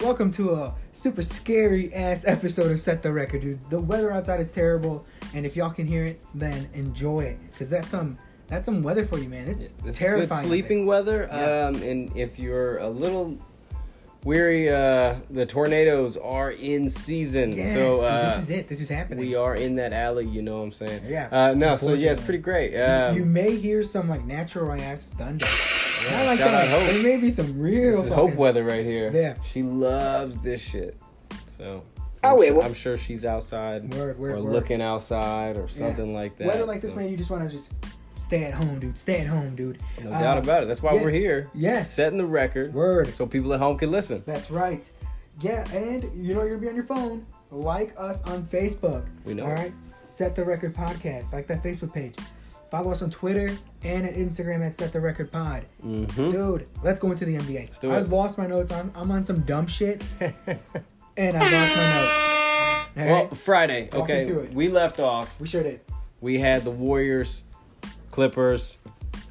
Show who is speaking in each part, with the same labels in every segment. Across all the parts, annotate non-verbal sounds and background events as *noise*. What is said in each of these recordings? Speaker 1: welcome to a super scary ass episode of Set the Record, dude. The weather outside is terrible, and if y'all can hear it, then enjoy it, cause that's some that's some weather for you, man. It's
Speaker 2: It's
Speaker 1: terrifying.
Speaker 2: Good sleeping weather.
Speaker 1: Yeah.
Speaker 2: Um, and if you're a little weary, uh, the tornadoes are in season.
Speaker 1: Yes,
Speaker 2: so
Speaker 1: dude,
Speaker 2: uh,
Speaker 1: this is it. This is happening.
Speaker 2: we are in that alley. You know what I'm saying?
Speaker 1: Yeah.
Speaker 2: Uh, no. So yeah, it's
Speaker 1: Unfortunately.
Speaker 2: pretty great. Um,
Speaker 1: you may hear some like natural ass thunder. Not like
Speaker 2: shout
Speaker 1: that.
Speaker 2: out Hope.
Speaker 1: There may be some real.
Speaker 2: this is
Speaker 1: fucking-
Speaker 2: hope weather right here.
Speaker 1: Yeah.
Speaker 2: She loves this shit. So.
Speaker 3: Oh,
Speaker 2: I'm
Speaker 3: wait,
Speaker 2: su-
Speaker 3: well-
Speaker 2: I'm sure she's outside
Speaker 1: Word, word,
Speaker 2: or
Speaker 1: word.
Speaker 2: looking outside or something like that.
Speaker 1: Weather like this,
Speaker 2: so
Speaker 1: man, you just want to just stay at home, dude. Stay at home, dude.
Speaker 2: No
Speaker 1: Uh,
Speaker 2: doubt about it. That's why
Speaker 1: yeah.
Speaker 2: we're here,
Speaker 1: Yes.
Speaker 2: setting the record,
Speaker 1: Word.
Speaker 2: so people at home can listen.
Speaker 1: That's right. Yeah, and you know you're gonna be on your phone. Like us on Facebook.
Speaker 2: We know.
Speaker 1: All right. Set the Record Podcast. Like that Facebook page. Follow us on Twitter and at Instagram at Set the Record Pod. *laughs*
Speaker 2: Mm-hmm.
Speaker 1: Dude, let's go into the NBA.
Speaker 2: do
Speaker 1: I
Speaker 2: it.
Speaker 1: lost my notes. I'm, I'm on some dumb shit, and I lost my notes. All right.
Speaker 2: Well, Friday.
Speaker 1: Walk me
Speaker 2: Okay,
Speaker 1: through it.
Speaker 2: we left off.
Speaker 1: we sure did.
Speaker 2: We had the Warriors, Clippers.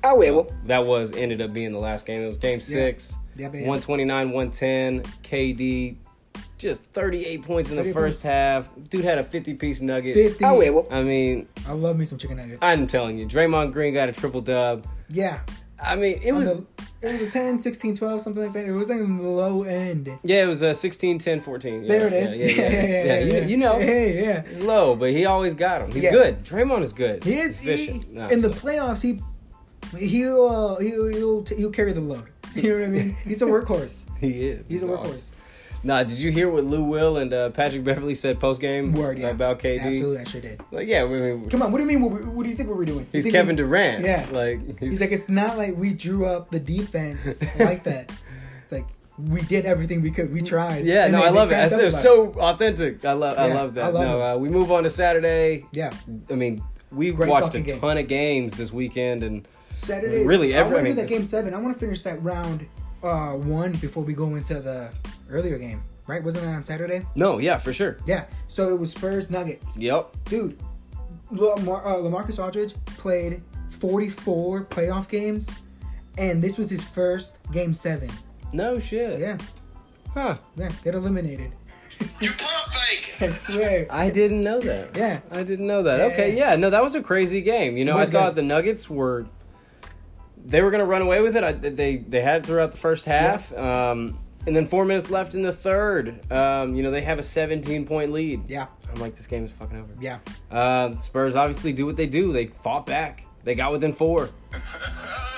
Speaker 3: Ah, huevo.
Speaker 2: That was ended up being the last game. It was Game Six.
Speaker 1: Yeah, baby.
Speaker 2: 129, 110. KD, just 38 points in the
Speaker 1: 38
Speaker 2: first half. Dude had a 50 piece nugget.
Speaker 1: 50.
Speaker 3: Ah, huevo.
Speaker 2: I mean,
Speaker 1: I love me some chicken nuggets.
Speaker 2: I'm telling you, Draymond Green got a triple dub.
Speaker 1: Yeah.
Speaker 2: I mean, it
Speaker 1: on
Speaker 2: was
Speaker 1: the- it was a 10, 16, 12, something like that. It was like in the low end.
Speaker 2: yeah, it was uh, 16, 10, 14. Yeah,
Speaker 1: There it is.
Speaker 2: Yeah, yeah,
Speaker 1: *laughs*
Speaker 2: yeah. yeah, you- You, know,
Speaker 1: Hey, yeah.
Speaker 2: he's low, but he always got him. He's
Speaker 1: Yeah.
Speaker 2: good. Draymond is good.
Speaker 1: He is
Speaker 2: He's
Speaker 1: he,
Speaker 2: efficient. Nah,
Speaker 1: in the
Speaker 2: so-
Speaker 1: playoffs. He he'll uh, he'll he'll, t- he'll carry the load. *laughs* You know what I mean? He's a
Speaker 2: *laughs*
Speaker 1: workhorse.
Speaker 2: He is.
Speaker 1: He's a
Speaker 2: awesome.
Speaker 1: workhorse.
Speaker 2: Nah, did you hear what Lou Will and uh, Patrick Beverly said post game
Speaker 1: Word, yeah.
Speaker 2: about KD?
Speaker 1: Absolutely, I sure did.
Speaker 2: Like, yeah, I mean,
Speaker 1: Come on, what do you mean? What, we- what do you think what we're doing? You
Speaker 2: he's
Speaker 1: think
Speaker 2: Kevin
Speaker 1: we-
Speaker 2: Durant.
Speaker 1: Yeah.
Speaker 2: like he's,
Speaker 1: He's like, it's not like we drew up the
Speaker 2: *laughs*
Speaker 1: defense like that. It's like we did everything we could. We tried.
Speaker 2: *laughs* yeah.
Speaker 1: And
Speaker 2: no,
Speaker 1: they-
Speaker 2: I
Speaker 1: they
Speaker 2: love it.
Speaker 1: cracked
Speaker 2: It's,
Speaker 1: up
Speaker 2: it's
Speaker 1: about it.
Speaker 2: so authentic. I love, I
Speaker 1: Yeah,
Speaker 2: love that.
Speaker 1: I love
Speaker 2: no, uh, we move on to Saturday.
Speaker 1: yeah.
Speaker 2: I mean, we
Speaker 1: Great
Speaker 2: watched a
Speaker 1: fucking game.
Speaker 2: ton of games this weekend, and
Speaker 1: Saturday.
Speaker 2: Really,
Speaker 1: I
Speaker 2: every-
Speaker 1: want to do
Speaker 2: I mean,
Speaker 1: that
Speaker 2: this-
Speaker 1: game seven. I want to finish that round uh, one before we go into the earlier game. Right? Wasn't that on Saturday?
Speaker 2: no, yeah, for sure.
Speaker 1: Yeah. So it was Spurs Nuggets.
Speaker 2: Yep.
Speaker 1: Dude, Lamar, uh, Lamarcus Aldridge played 44 playoff games, and this was his first game seven.
Speaker 2: No shit.
Speaker 1: Yeah,
Speaker 2: Huh.
Speaker 1: yeah, get eliminated.
Speaker 4: You pump
Speaker 1: *laughs*
Speaker 4: fake.
Speaker 1: I swear.
Speaker 2: I didn't know that.
Speaker 1: Yeah.
Speaker 2: I didn't know that.
Speaker 1: Yeah.
Speaker 2: Okay, yeah. No, that was a crazy game. You know, I
Speaker 1: Was
Speaker 2: thought
Speaker 1: good.
Speaker 2: the Nuggets were they were going to run away with it. I, they they had it throughout the first half. Um and then 4 minutes left in the third. Um you know, they have a 17 point lead.
Speaker 1: Yeah,
Speaker 2: I'm like this game is fucking over.
Speaker 1: yeah.
Speaker 2: Uh Spurs obviously do what they do. They fought back. They got within
Speaker 1: *laughs*
Speaker 2: 4.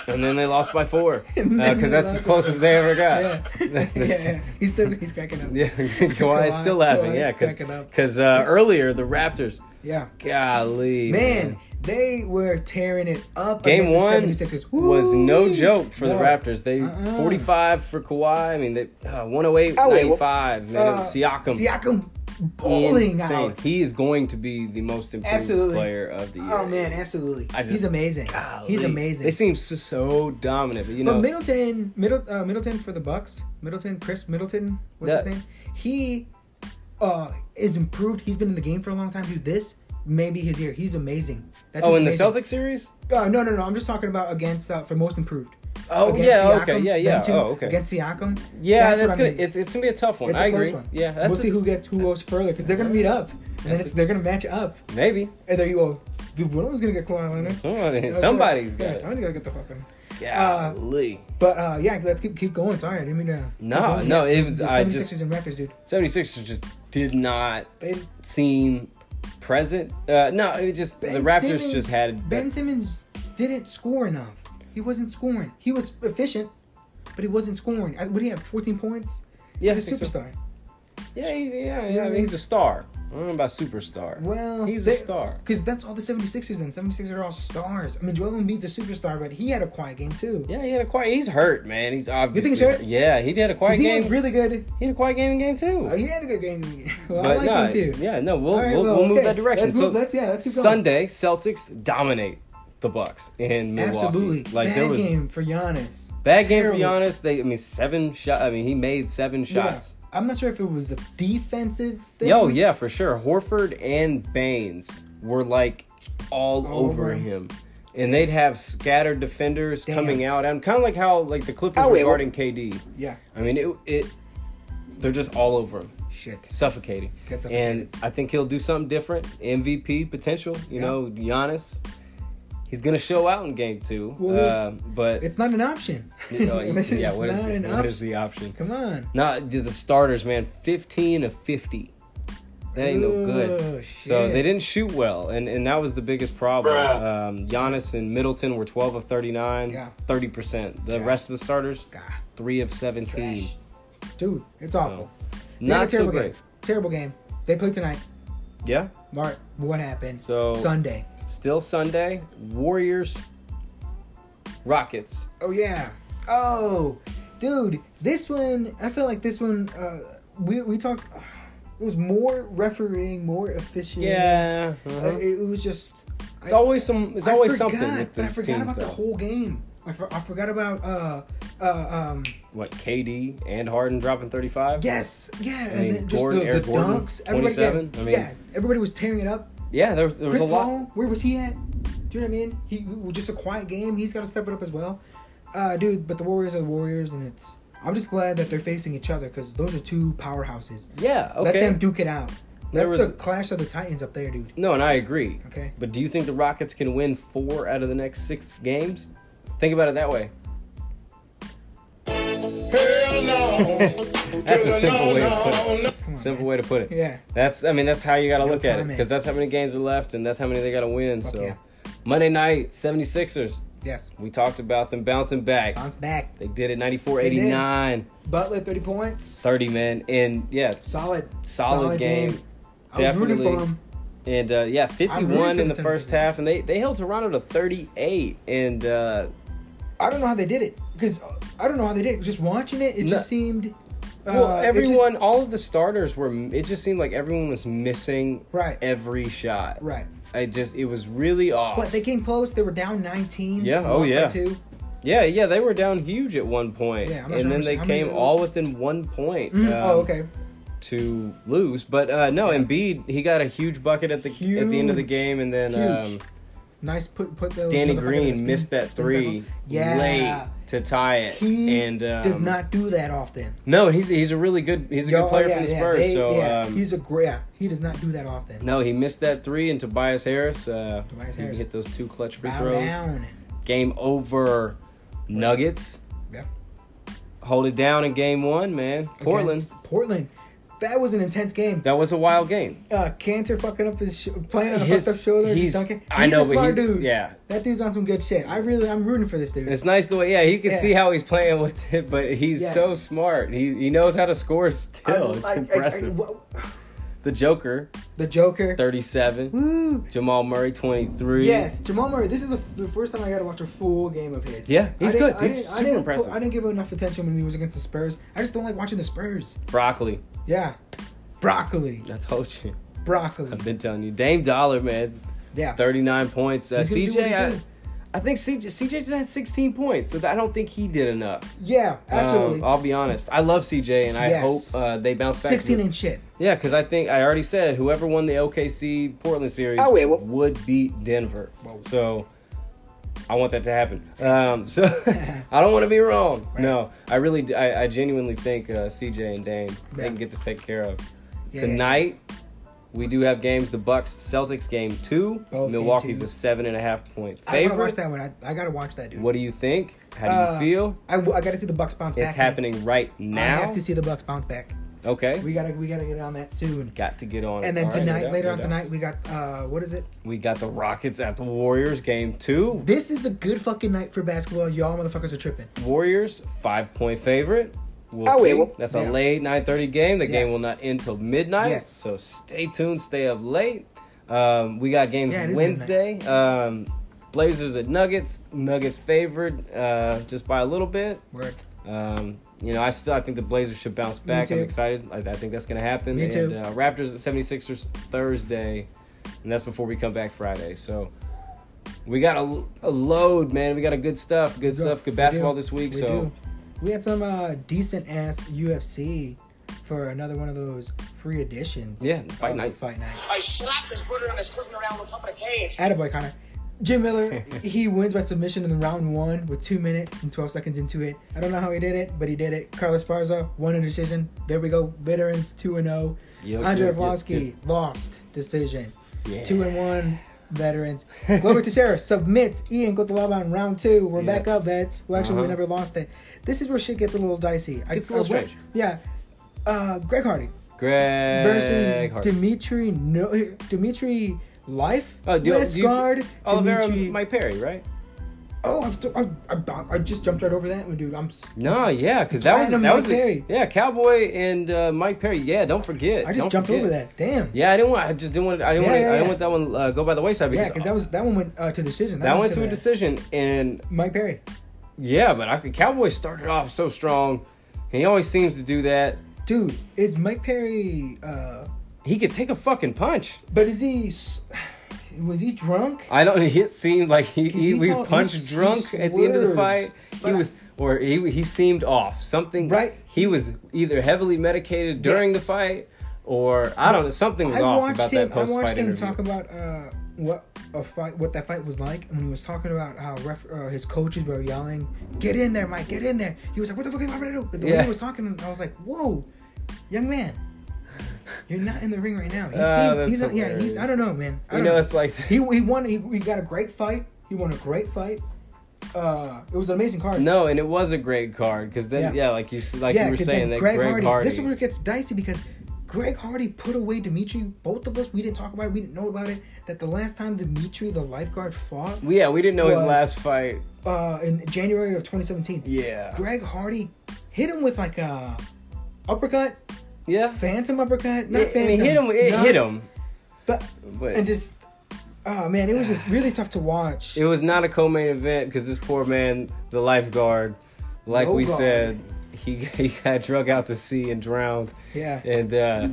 Speaker 2: And then they lost by 4.
Speaker 1: And then
Speaker 2: Because
Speaker 1: they
Speaker 2: that's as
Speaker 1: lost.
Speaker 2: close as they ever got. *laughs*
Speaker 1: Yeah. *laughs* yeah, yeah. He's still he's cracking up.
Speaker 2: Yeah, *laughs* Kawhi's
Speaker 1: Kawhi-
Speaker 2: still laughing.
Speaker 1: Kawhi's
Speaker 2: Yeah,
Speaker 1: cracking up.
Speaker 2: because uh, earlier the Raptors,
Speaker 1: yeah.
Speaker 2: golly,
Speaker 1: Man, they were tearing it up.
Speaker 2: Game one
Speaker 1: against the 76ers.
Speaker 2: was no
Speaker 1: Woo-wee.
Speaker 2: joke for the
Speaker 1: No.
Speaker 2: Raptors. They
Speaker 1: Uh-uh.
Speaker 2: 45 for Kawhi. I mean, they uh, 108,
Speaker 3: Oh, wait, well-
Speaker 2: 95. Man, it was Siakam.
Speaker 1: Uh, Siakam bowling
Speaker 2: Insane.
Speaker 1: out.
Speaker 2: He is going to be the most improved
Speaker 1: Absolutely.
Speaker 2: player of the year.
Speaker 1: Oh man, absolutely.
Speaker 2: I just-
Speaker 1: he's amazing. He's
Speaker 2: Golly.
Speaker 1: amazing.
Speaker 2: They seem so, so dominant, but you
Speaker 1: But
Speaker 2: know,
Speaker 1: Middleton, Middle, uh, Middleton for the Bucks, Middleton, Chris Middleton, what's
Speaker 2: Yeah.
Speaker 1: his name? He uh, is improved. He's been in the game for a long time. Dude, this may be his year. He's amazing. That
Speaker 2: oh, in
Speaker 1: dude's
Speaker 2: the
Speaker 1: amazing.
Speaker 2: Celtics series.
Speaker 1: Uh, no, no, no. I'm just talking about against uh, for most improved.
Speaker 2: Oh
Speaker 1: Against
Speaker 2: yeah,
Speaker 1: Siakam,
Speaker 2: okay, yeah,
Speaker 1: them
Speaker 2: yeah.
Speaker 1: two,
Speaker 2: Oh okay,
Speaker 1: Against Siakam.
Speaker 2: yeah.
Speaker 1: what
Speaker 2: That's,
Speaker 1: I
Speaker 2: gonna.
Speaker 1: mean.
Speaker 2: It's it's gonna be a tough one.
Speaker 1: It's a
Speaker 2: I
Speaker 1: close
Speaker 2: agree.
Speaker 1: one.
Speaker 2: Yeah, that's
Speaker 1: we'll
Speaker 2: a-
Speaker 1: see who gets who goes further because they're gonna meet up, and then
Speaker 2: That's
Speaker 1: it's,
Speaker 2: a-
Speaker 1: they're gonna match up.
Speaker 2: maybe.
Speaker 1: And there you go. Dude, one of them's gonna get Kawhi Leonard. *laughs*
Speaker 2: Somebody, somebody's
Speaker 1: yeah,
Speaker 2: got it.
Speaker 1: Somebody's gotta get the fucking. Uh,
Speaker 2: Golly.
Speaker 1: But uh, yeah, let's keep keep going. Sorry, I didn't mean to.
Speaker 2: No,
Speaker 1: keep going.
Speaker 2: no, it was-
Speaker 1: uh, The
Speaker 2: I
Speaker 1: 76ers
Speaker 2: just-
Speaker 1: and Raptors, dude.
Speaker 2: 76ers just did not
Speaker 1: They-
Speaker 2: seem present. Uh, no, it just the Raptors
Speaker 1: Simmons-
Speaker 2: just had
Speaker 1: Ben Simmons didn't score enough. He wasn't scoring. He was efficient, but he wasn't scoring. I- What do you have? 14 points.
Speaker 2: Yeah,
Speaker 1: he's a
Speaker 2: I think so.
Speaker 1: superstar.
Speaker 2: Yeah, he,
Speaker 1: You
Speaker 2: yeah,
Speaker 1: know
Speaker 2: yeah. I
Speaker 1: what I
Speaker 2: mean, he's a star. I don't know about superstar.
Speaker 1: Well,
Speaker 2: he's
Speaker 1: they-
Speaker 2: a star.
Speaker 1: Because that's all the 76ers and 76ers are all stars. I mean, Joel Embiid's a superstar, but he had a quiet game too.
Speaker 2: Yeah, he had a quiet. He's hurt, man. He's obviously.
Speaker 1: he's hurt?
Speaker 2: Yeah, he did a
Speaker 1: 'Cause
Speaker 2: quiet
Speaker 1: he
Speaker 2: game.
Speaker 1: had really good.
Speaker 2: he had a quiet game in game two.
Speaker 1: Oh, he had a good game. *laughs* Well, I
Speaker 2: But
Speaker 1: like
Speaker 2: no,
Speaker 1: him too.
Speaker 2: yeah, no, we'll
Speaker 1: All right,
Speaker 2: we'll,
Speaker 1: well,
Speaker 2: we'll move
Speaker 1: okay.
Speaker 2: that direction.
Speaker 1: Let's
Speaker 2: so
Speaker 1: move- let's- yeah, let's keep going.
Speaker 2: Sunday, Celtics dominate the Bucks in Milwaukee.
Speaker 1: Absolutely.
Speaker 2: like
Speaker 1: Bad
Speaker 2: there was
Speaker 1: game for Giannis.
Speaker 2: bad game for
Speaker 1: Terrible.
Speaker 2: Giannis. They, I mean, seven shot. I mean, he made seven
Speaker 1: Yeah.
Speaker 2: shots.
Speaker 1: I'm not sure if it was a defensive thing.
Speaker 2: Yo, yeah, for sure. Horford and Baines were like all
Speaker 1: All
Speaker 2: over
Speaker 1: over him.
Speaker 2: him. And they'd have scattered defenders
Speaker 1: Damn.
Speaker 2: coming out. And kind of like how like the Clippers
Speaker 3: Oh,
Speaker 2: were
Speaker 3: wait,
Speaker 2: guarding KD.
Speaker 1: Yeah.
Speaker 2: I mean, it it they're just all over him,
Speaker 1: Shit.
Speaker 2: suffocating.
Speaker 1: Gets up
Speaker 2: And I think he'll do something different. MVP potential, you
Speaker 1: Yeah.
Speaker 2: know, Giannis. He's gonna show out in game two,
Speaker 1: Well,
Speaker 2: uh, but *laughs*
Speaker 1: It's not an option. *laughs*
Speaker 2: uh, yeah,
Speaker 1: It's
Speaker 2: what is
Speaker 1: not
Speaker 2: the,
Speaker 1: an
Speaker 2: what is
Speaker 1: option.
Speaker 2: the option?
Speaker 1: Come on.
Speaker 2: Not the starters, man. Fifteen of fifty. That ain't no
Speaker 1: Oh,
Speaker 2: good. So
Speaker 1: shit.
Speaker 2: they didn't shoot well, and, and that was the biggest problem.
Speaker 4: Bruh.
Speaker 2: Um, Giannis and Middleton were twelve of thirty
Speaker 1: Yeah.
Speaker 2: nine, thirty percent. The
Speaker 1: Yeah.
Speaker 2: rest of the starters,
Speaker 1: God,
Speaker 2: three of seventeen.
Speaker 1: Trash. dude, it's awful. They had
Speaker 2: Not
Speaker 1: a
Speaker 2: so
Speaker 1: terrible
Speaker 2: great.
Speaker 1: Game. Terrible game. They play tonight.
Speaker 2: Yeah.
Speaker 1: Mark, what happened?
Speaker 2: So
Speaker 1: Sunday.
Speaker 2: still Sunday. Warriors. Rockets.
Speaker 1: Oh yeah. Oh, dude, this one. I feel like this one. Uh, we we talked. uh, It was more refereeing, more efficient.
Speaker 2: Yeah. uh-huh.
Speaker 1: Uh, it, it was just.
Speaker 2: It's always some. It's
Speaker 1: I
Speaker 2: always
Speaker 1: forgot,
Speaker 2: something with
Speaker 1: But I
Speaker 2: this
Speaker 1: forgot
Speaker 2: team.
Speaker 1: about the
Speaker 2: though.
Speaker 1: whole game. I, for, I forgot about uh uh um
Speaker 2: what KD and Harden dropping thirty five.
Speaker 1: yes yeah
Speaker 2: I mean,
Speaker 1: and then just
Speaker 2: Gordon,
Speaker 1: the, the
Speaker 2: Eric Gordon,
Speaker 1: dunks. Everybody, yeah,
Speaker 2: 27? I mean-
Speaker 1: yeah, everybody was tearing it up.
Speaker 2: Yeah. There was there
Speaker 1: Chris
Speaker 2: was a lot.
Speaker 1: Paul, where was he at? Do you know what I mean? He w- w- just a quiet game. He's got to step it up as well, uh, dude. But the Warriors are the Warriors, and it's I'm just glad that they're facing each other because those are two powerhouses.
Speaker 2: Yeah.
Speaker 1: Let
Speaker 2: Okay.
Speaker 1: them duke it out.
Speaker 2: There
Speaker 1: That's
Speaker 2: was-
Speaker 1: the clash of the Titans up there, dude.
Speaker 2: No, and I agree.
Speaker 1: Okay.
Speaker 2: But do you think the Rockets can win four out of the next six games? Think about it that way.
Speaker 4: Hell no.
Speaker 2: *laughs* That's a simple way to put it.
Speaker 1: Come on,
Speaker 2: Simple
Speaker 1: man.
Speaker 2: way to put it.
Speaker 1: Yeah.
Speaker 2: That's I mean that's how you got to look at it
Speaker 1: comment.
Speaker 2: because that's how many games are left and that's how many they got to win. So
Speaker 1: yeah.
Speaker 2: Monday night 76ers,
Speaker 1: Yes.
Speaker 2: we talked about them bouncing back.
Speaker 1: Bounce back.
Speaker 2: They did it 94-89.
Speaker 1: Butler, 30 points.
Speaker 2: 30 man and yeah,
Speaker 1: Solid.
Speaker 2: Solid game.
Speaker 1: I was rooting for
Speaker 2: Definitely.
Speaker 1: him.
Speaker 2: and uh, yeah,
Speaker 1: I'm rooting
Speaker 2: 51
Speaker 1: for
Speaker 2: in
Speaker 1: the
Speaker 2: the first
Speaker 1: 76ers.
Speaker 2: half and they they held Toronto to 38 and uh
Speaker 1: I don't know how they did it because I don't know how they did it. Just watching it, it
Speaker 2: No.
Speaker 1: just seemed.
Speaker 2: Well,
Speaker 1: uh, it just-
Speaker 2: everyone, all of the starters were. It just seemed like everyone was missing
Speaker 1: Right.
Speaker 2: every shot.
Speaker 1: right.
Speaker 2: I just, it was really off.
Speaker 1: But they came close. They were down 19.
Speaker 2: Yeah,
Speaker 1: They
Speaker 2: oh,
Speaker 1: lost by
Speaker 2: yeah.
Speaker 1: Two.
Speaker 2: yeah, yeah, they were down huge at one point,
Speaker 1: Yeah, I'm not
Speaker 2: and
Speaker 1: sure
Speaker 2: then they
Speaker 1: how many-
Speaker 2: came all within one point.
Speaker 1: Mm,
Speaker 2: um,
Speaker 1: oh, okay.
Speaker 2: To lose, but uh, no, Embiid he got a huge bucket at the at the end of the
Speaker 1: Huge.
Speaker 2: game, and then um,
Speaker 1: Huge. Nice put. Put those.
Speaker 2: Danny
Speaker 1: motherfuckers in
Speaker 2: Green
Speaker 1: the spin-
Speaker 2: missed that
Speaker 1: spin cycle.
Speaker 2: three
Speaker 1: Yeah.
Speaker 2: late to tie it,
Speaker 1: He
Speaker 2: and um,
Speaker 1: does not do that often.
Speaker 2: No, he's he's a really good he's a
Speaker 1: Yo,
Speaker 2: good player
Speaker 1: oh, yeah,
Speaker 2: for the
Speaker 1: yeah,
Speaker 2: Spurs.
Speaker 1: they-
Speaker 2: so
Speaker 1: yeah,
Speaker 2: um,
Speaker 1: he's a great. Yeah, he does not do that often.
Speaker 2: No, he missed that three, and Tobias Harris, uh,
Speaker 1: Tobias
Speaker 2: he
Speaker 1: Harris.
Speaker 2: hit those two clutch free
Speaker 1: Bow
Speaker 2: throws.
Speaker 1: down.
Speaker 2: Game over. Nuggets
Speaker 1: Yeah.
Speaker 2: hold it down in game one, man. Portland.
Speaker 1: Against Portland. That was an intense game.
Speaker 2: That was a wild game.
Speaker 1: Uh, Cantor fucking up his sh- playing on a
Speaker 2: His-
Speaker 1: fucked up shoulder.
Speaker 2: he's-
Speaker 1: He's, dunking. he's
Speaker 2: I know,
Speaker 1: a
Speaker 2: but
Speaker 1: smart
Speaker 2: he's-
Speaker 1: dude.
Speaker 2: yeah.
Speaker 1: that dude's on some good shit. I really, I'm rooting for this dude.
Speaker 2: And it's nice the way, yeah, he can
Speaker 1: Yeah.
Speaker 2: see how he's playing with it, but he's
Speaker 1: Yes.
Speaker 2: so smart. He, he knows how to score
Speaker 1: I-
Speaker 2: still. it's
Speaker 1: I- I- I-
Speaker 2: impressive.
Speaker 1: wha-
Speaker 2: the Joker,
Speaker 1: the Joker.
Speaker 2: 37.
Speaker 1: Woo.
Speaker 2: Jamal Murray, 23.
Speaker 1: Yes, Jamal Murray. This is the, the first time I got to watch a full game of his.
Speaker 2: Yeah, he's
Speaker 1: I didn't-
Speaker 2: good.
Speaker 1: I
Speaker 2: He's
Speaker 1: didn't- I
Speaker 2: super
Speaker 1: didn't-
Speaker 2: impressive.
Speaker 1: I didn't give him enough attention when he was against the Spurs. I just don't like watching the Spurs.
Speaker 2: Broccoli.
Speaker 1: Yeah, broccoli,
Speaker 2: I told you.
Speaker 1: broccoli.
Speaker 2: I've been telling you. Dame Dollar, man.
Speaker 1: Yeah,
Speaker 2: 39 points. Uh,
Speaker 1: He's gonna do what
Speaker 2: CJ,
Speaker 1: he
Speaker 2: I,
Speaker 1: do.
Speaker 2: I think CJ, CJ just had 16 points, so I don't think he did enough.
Speaker 1: yeah, absolutely.
Speaker 2: Um, I'll be honest. I love CJ, and I
Speaker 1: Yes.
Speaker 2: hope uh, they bounce back.
Speaker 1: Sixteen and shit.
Speaker 2: yeah, because I think I already said whoever won the OKC Portland series
Speaker 1: Oh, wait, well-
Speaker 2: would beat Denver.
Speaker 1: Whoa.
Speaker 2: So I want that to happen. Um, *laughs* so I don't want to be wrong. No, I really, d- I, I genuinely think uh, CJ and Dame they
Speaker 1: Yeah.
Speaker 2: can get this taken care of
Speaker 1: Yeah, yeah, yeah.
Speaker 2: tonight. We do have games. The Bucks Celtics game two.
Speaker 1: Both game
Speaker 2: Milwaukee's
Speaker 1: two.
Speaker 2: a seven and a half point
Speaker 1: I want to watch
Speaker 2: favorite.
Speaker 1: that one. I, I gotta watch that dude.
Speaker 2: What do you think? How do
Speaker 1: Uh,
Speaker 2: you feel?
Speaker 1: I, w- I gotta see the Bucks bounce back.
Speaker 2: It's happening right
Speaker 1: I
Speaker 2: now.
Speaker 1: have to see the Bucks bounce back.
Speaker 2: Okay.
Speaker 1: We gotta we gotta get on that soon.
Speaker 2: got to get on. it.
Speaker 1: And then
Speaker 2: All right,
Speaker 1: tonight,
Speaker 2: no doubt,
Speaker 1: later
Speaker 2: no
Speaker 1: on
Speaker 2: doubt.
Speaker 1: tonight, we got uh what is it?
Speaker 2: we got the Rockets at the Warriors game two.
Speaker 1: This is a good fucking night for basketball. Y'all motherfuckers are tripping.
Speaker 2: Warriors five point favorite. We'll
Speaker 1: Oh, we
Speaker 2: see.
Speaker 1: will.
Speaker 2: That's a
Speaker 1: Yeah.
Speaker 2: late nine thirty game. The game
Speaker 1: Yes.
Speaker 2: will not end till midnight.
Speaker 1: Yes.
Speaker 2: So stay tuned. Stay up late. Um, we got games
Speaker 1: Yeah, it is
Speaker 2: Wednesday. Um, Blazers at Nuggets. Nuggets favored uh, just by a little bit.
Speaker 1: Word.
Speaker 2: Um, you know, I still I think the Blazers should bounce back. I'm
Speaker 1: too.
Speaker 2: excited. I, I think that's going to happen.
Speaker 1: Me
Speaker 2: and
Speaker 1: too.
Speaker 2: Uh, Raptors at 76ers Thursday, and that's before we come back Friday. So we got a, a load, man. We got a good stuff, good
Speaker 1: Go.
Speaker 2: stuff,
Speaker 1: We
Speaker 2: good basketball
Speaker 1: do.
Speaker 2: this week.
Speaker 1: We
Speaker 2: so
Speaker 1: do. we had some uh decent ass UFC for another one of those free editions.
Speaker 2: Yeah, fight night.
Speaker 1: Fight night.
Speaker 4: I slapped this brother on his cousin around the top of the cage.
Speaker 1: Attaboy, Connor. Jim
Speaker 2: *laughs*
Speaker 1: Miller, he wins by submission in the round one with two minutes and 12 seconds into it. I don't know how he did it, but he did it. Carlos Parza won a decision. There we go. Veterans 2 and 0.
Speaker 2: Yep,
Speaker 1: Andre
Speaker 2: yep, yep,
Speaker 1: Arlovski
Speaker 2: yep.
Speaker 1: lost decision.
Speaker 2: Yeah.
Speaker 1: Two and one
Speaker 2: *laughs*
Speaker 1: veterans. Glover Teixeira submits Ian Gotalaba in round two. We're
Speaker 2: Yeah.
Speaker 1: back up, vets. Well, actually, we
Speaker 2: Uh-huh.
Speaker 1: never lost it. This is where shit gets a little dicey. I-
Speaker 2: Gets a little
Speaker 1: I-
Speaker 2: strange.
Speaker 1: Yeah. Uh, Greg Hardy
Speaker 2: Greg
Speaker 1: versus
Speaker 2: Hart.
Speaker 1: Dimitri no Dimitri Life.
Speaker 2: Oh, do- do you-
Speaker 1: Westgard.
Speaker 2: Oliveira,
Speaker 1: Dimitri-
Speaker 2: Mike Perry, right?
Speaker 1: Oh, I've t- I, I, bo- I just jumped right over that one, dude. I'm. s-
Speaker 2: No, yeah, because that was that
Speaker 1: Platinum
Speaker 2: was
Speaker 1: Mike
Speaker 2: a-
Speaker 1: Perry.
Speaker 2: yeah, Cowboy and uh, Mike Perry. Yeah, don't forget.
Speaker 1: I
Speaker 2: don't
Speaker 1: just jumped
Speaker 2: forget.
Speaker 1: over that. Damn.
Speaker 2: Yeah, I didn't want. I just didn't want. I didn't
Speaker 1: Yeah,
Speaker 2: want.
Speaker 1: yeah,
Speaker 2: I didn't
Speaker 1: yeah.
Speaker 2: want that one uh, go by the wayside because
Speaker 1: Yeah, because that was that one went uh, to decision.
Speaker 2: that went to a
Speaker 1: the-
Speaker 2: decision, and
Speaker 1: Mike Perry.
Speaker 2: yeah, but I think Cowboy started off so strong, and he always seems to do that.
Speaker 1: Dude, is Mike Perry? uh
Speaker 2: He could take a fucking punch.
Speaker 1: But is he? s- *sighs* Was he drunk?
Speaker 2: I don't. *laughs* It seemed like he, he,
Speaker 1: he
Speaker 2: we
Speaker 1: told-
Speaker 2: punched
Speaker 1: he s- he
Speaker 2: drunk at the end of the
Speaker 1: swerves.
Speaker 2: fight. He
Speaker 1: But I-
Speaker 2: was, or he he seemed off. Something.
Speaker 1: Right.
Speaker 2: He was either heavily medicated during the
Speaker 1: Yes.
Speaker 2: fight, or I don't know. Something was
Speaker 1: I
Speaker 2: off
Speaker 1: watched
Speaker 2: about
Speaker 1: him.
Speaker 2: that
Speaker 1: I
Speaker 2: post
Speaker 1: watched
Speaker 2: fight
Speaker 1: him
Speaker 2: interview.
Speaker 1: talk about uh, what a fight, what that fight was like, and he was talking about how ref, uh, his coaches were yelling, "Get in there, Mike! Get in there!" He was like, "What the fuck am I gonna do?" But the way
Speaker 2: Yeah.
Speaker 1: he was talking, I was like, "Whoa, young man, you're not in the ring right now." He
Speaker 2: *laughs* Ah,
Speaker 1: seems, he's
Speaker 2: that's
Speaker 1: a, yeah, he's. I don't know, man. I
Speaker 2: you
Speaker 1: don't
Speaker 2: know, it's like
Speaker 1: he he won. He, he got a great fight. He won a great fight. Uh, it was an amazing card.
Speaker 2: no, and it was a great card because then yeah.
Speaker 1: Yeah.
Speaker 2: like you s- like you were
Speaker 1: 'cause
Speaker 2: saying
Speaker 1: then
Speaker 2: that Greg, Hardy.
Speaker 1: This is where it gets dicey because Greg Hardy put away Dimitri. Both of us, we didn't talk about it. We didn't know about it. That the last time Dimitri, the lifeguard, fought
Speaker 2: yeah, we didn't know his
Speaker 1: was-
Speaker 2: last fight.
Speaker 1: uh, in January of 2017.
Speaker 2: Yeah,
Speaker 1: Greg Hardy hit him with like a uppercut,
Speaker 2: yeah.
Speaker 1: phantom uppercut,
Speaker 2: Yeah,
Speaker 1: not
Speaker 2: I
Speaker 1: phantom.
Speaker 2: mean, hit him. It
Speaker 1: not-
Speaker 2: hit him.
Speaker 1: But
Speaker 2: But
Speaker 1: and just, oh man, it was just really tough to watch.
Speaker 2: It was not a co-main event because this poor man, the lifeguard, like
Speaker 1: No
Speaker 2: we
Speaker 1: guard.
Speaker 2: said, he *laughs* he got drug out to sea and drowned,
Speaker 1: yeah.
Speaker 2: and uh,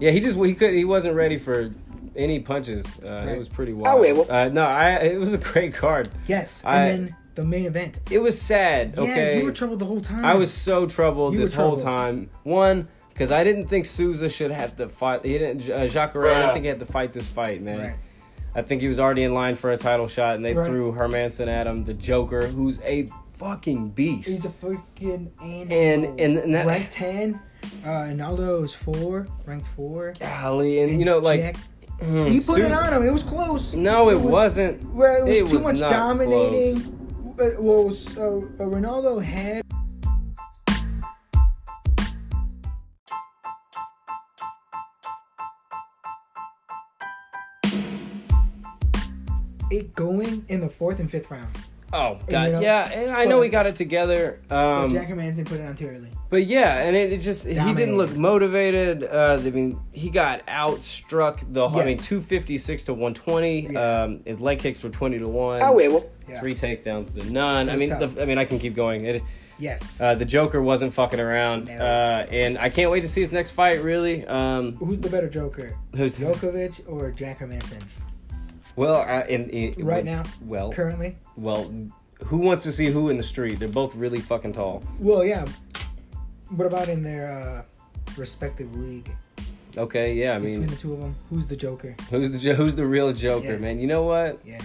Speaker 2: yeah, he just he could he wasn't ready for any punches. Uh, It
Speaker 1: Right.
Speaker 2: was pretty
Speaker 1: Oh,
Speaker 2: wild.
Speaker 1: wait, well-
Speaker 2: uh, no, I it was a great card.
Speaker 1: Yes, and
Speaker 2: I-
Speaker 1: then the main event.
Speaker 2: It was sad.
Speaker 1: Yeah,
Speaker 2: okay,
Speaker 1: you were troubled the whole time.
Speaker 2: I was so troubled
Speaker 1: You
Speaker 2: this
Speaker 1: were
Speaker 2: whole
Speaker 1: troubled.
Speaker 2: time. One. Because I didn't think Souza should have to fight. He didn't, uh, Jacare, I didn't think he had to fight this fight, man.
Speaker 1: Right.
Speaker 2: I think he was already in line for a title shot, and they
Speaker 1: Right.
Speaker 2: threw Hermanson at him, the Joker, who's a fucking beast.
Speaker 1: He's a freaking animal.
Speaker 2: And- and- and that-
Speaker 1: ranked ten. Uh, Ronaldo is four, ranked four.
Speaker 2: Golly, and you know, like
Speaker 1: Jack-
Speaker 2: mm,
Speaker 1: he put it
Speaker 2: Souza-
Speaker 1: on him. It was close.
Speaker 2: No, it,
Speaker 1: was-
Speaker 2: wasn't.
Speaker 1: Well, it was
Speaker 2: It
Speaker 1: too
Speaker 2: was
Speaker 1: much
Speaker 2: not
Speaker 1: dominating. Uh, Well, so, uh, Ronaldo had. It going in the fourth and fifth round.
Speaker 2: Oh
Speaker 1: you
Speaker 2: god,
Speaker 1: know,
Speaker 2: yeah. And I know
Speaker 1: but-
Speaker 2: we got it together,
Speaker 1: But
Speaker 2: um,
Speaker 1: Jack Hermanson put it on too early.
Speaker 2: but yeah, and it, it just he didn't
Speaker 1: Dominated.
Speaker 2: look motivated. Uh, I mean, he got outstruck the. I mean,
Speaker 1: Yes.
Speaker 2: two fifty six to one twenty.
Speaker 1: Yeah. Oh,
Speaker 2: Um, his leg kicks were twenty to one.
Speaker 1: Yeah.
Speaker 2: Three takedowns to none. I
Speaker 1: was
Speaker 2: mean,
Speaker 1: tough.
Speaker 2: the, I mean, I can keep going. It,
Speaker 1: Yes.
Speaker 2: Uh, the Joker wasn't fucking around,
Speaker 1: No.
Speaker 2: uh, and I can't wait to see his next fight. Really, um,
Speaker 1: Who's the better Joker?
Speaker 2: who's
Speaker 1: Djokovic or Jack Hermanson?
Speaker 2: well uh, in, in-
Speaker 1: Right now?
Speaker 2: Well,
Speaker 1: Currently?
Speaker 2: well, who wants to see who in the street? They're both really fucking tall.
Speaker 1: Well, yeah. What about in their uh, respective league?
Speaker 2: Okay, yeah, I
Speaker 1: Between
Speaker 2: mean,
Speaker 1: the two of them, who's the Joker?
Speaker 2: who's the jo- who's the real Joker,
Speaker 1: Yeah.
Speaker 2: man? You know what?
Speaker 1: Yeah.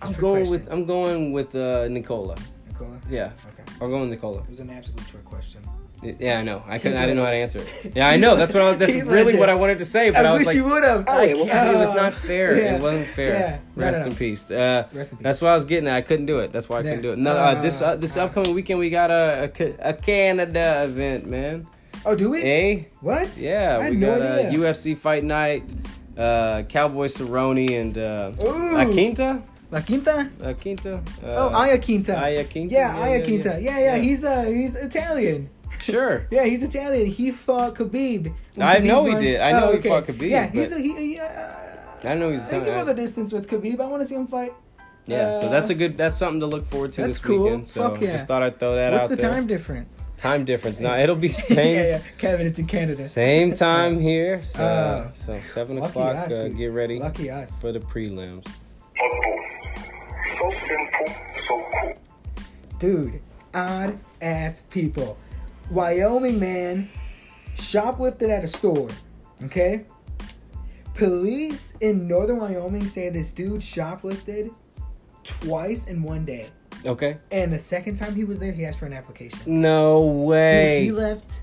Speaker 2: I'm
Speaker 1: Trick
Speaker 2: going
Speaker 1: question,
Speaker 2: with I'm going with uh, Nicola.
Speaker 1: Nicola.
Speaker 2: Yeah,
Speaker 1: Okay.
Speaker 2: I'm going with Nicola.
Speaker 1: It was an absolute trick
Speaker 2: *laughs*
Speaker 1: question.
Speaker 2: Y- Yeah, I know. I couldn't.
Speaker 1: Heath
Speaker 2: I didn't know how to answer it. Yeah, I
Speaker 1: Heath
Speaker 2: know. That's what. I, was-
Speaker 1: Ledger.
Speaker 2: that's
Speaker 1: *laughs* Heath
Speaker 2: really
Speaker 1: Ledger.
Speaker 2: what I wanted to say, but I, was
Speaker 1: wish
Speaker 2: like,
Speaker 1: you would have. uh,
Speaker 2: I can't. it was not fair.
Speaker 1: Yeah.
Speaker 2: It wasn't fair.
Speaker 1: Yeah. No,
Speaker 2: Rest
Speaker 1: no, no.
Speaker 2: in peace. Uh,
Speaker 1: Rest in peace.
Speaker 2: That's what I was getting at. I couldn't do it. That's why I couldn't do
Speaker 1: There.
Speaker 2: it. No, uh, this uh,
Speaker 1: Uh,
Speaker 2: this
Speaker 1: uh.
Speaker 2: upcoming weekend we got a, a Ca- a Canada event, man.
Speaker 1: Oh, do we?
Speaker 2: Eh?
Speaker 1: What?
Speaker 2: Yeah,
Speaker 1: I had
Speaker 2: we
Speaker 1: no
Speaker 2: got a
Speaker 1: idea.
Speaker 2: UFC fight night, uh, Cowboy Cerrone and uh,
Speaker 1: Ooh.
Speaker 2: La Quinta,
Speaker 1: La Quinta?
Speaker 2: La Quinta. Uh,
Speaker 1: Oh, Aya Quinta.
Speaker 2: Aya Quinta,
Speaker 1: Yeah,
Speaker 2: yeah,
Speaker 1: Aya
Speaker 2: yeah,
Speaker 1: Quinta.
Speaker 2: yeah.
Speaker 1: Yeah, yeah.
Speaker 2: Yeah.
Speaker 1: He's uh, he's Italian.
Speaker 2: Sure.
Speaker 1: Yeah, he's Italian. He fought Khabib. When
Speaker 2: I know
Speaker 1: Khabib
Speaker 2: he
Speaker 1: won-
Speaker 2: did. I know he fought Khabib,
Speaker 1: Yeah, he's
Speaker 2: but-
Speaker 1: a, he, he, uh,
Speaker 2: I know he's
Speaker 1: I can
Speaker 2: Italian.
Speaker 1: go the distance with Khabib. I want to see him fight.
Speaker 2: Yeah, so
Speaker 1: Uh,
Speaker 2: that's a good. That's something to look forward to
Speaker 1: that's
Speaker 2: this
Speaker 1: cool.
Speaker 2: weekend. So
Speaker 1: Fuck yeah.
Speaker 2: just thought I'd throw that
Speaker 1: What's
Speaker 2: out
Speaker 1: the
Speaker 2: there.
Speaker 1: time difference? *laughs*
Speaker 2: Time difference. No, it'll be same.
Speaker 1: yeah, yeah. Kevin, it's in Canada.
Speaker 2: Same time here, so,
Speaker 1: Uh,
Speaker 2: so seven
Speaker 1: Lucky
Speaker 2: o'clock.
Speaker 1: us,
Speaker 2: uh,
Speaker 1: dude.
Speaker 2: get ready
Speaker 1: Lucky us.
Speaker 2: for the prelims.
Speaker 4: Football. So simple, so cool.
Speaker 1: dude, odd ass people. Wyoming man shoplifted at a store, okay? Police in northern Wyoming say this dude shoplifted twice in one day.
Speaker 2: Okay.
Speaker 1: And the second time he was there, he asked for an application.
Speaker 2: No
Speaker 1: Dude, he
Speaker 2: way.
Speaker 1: left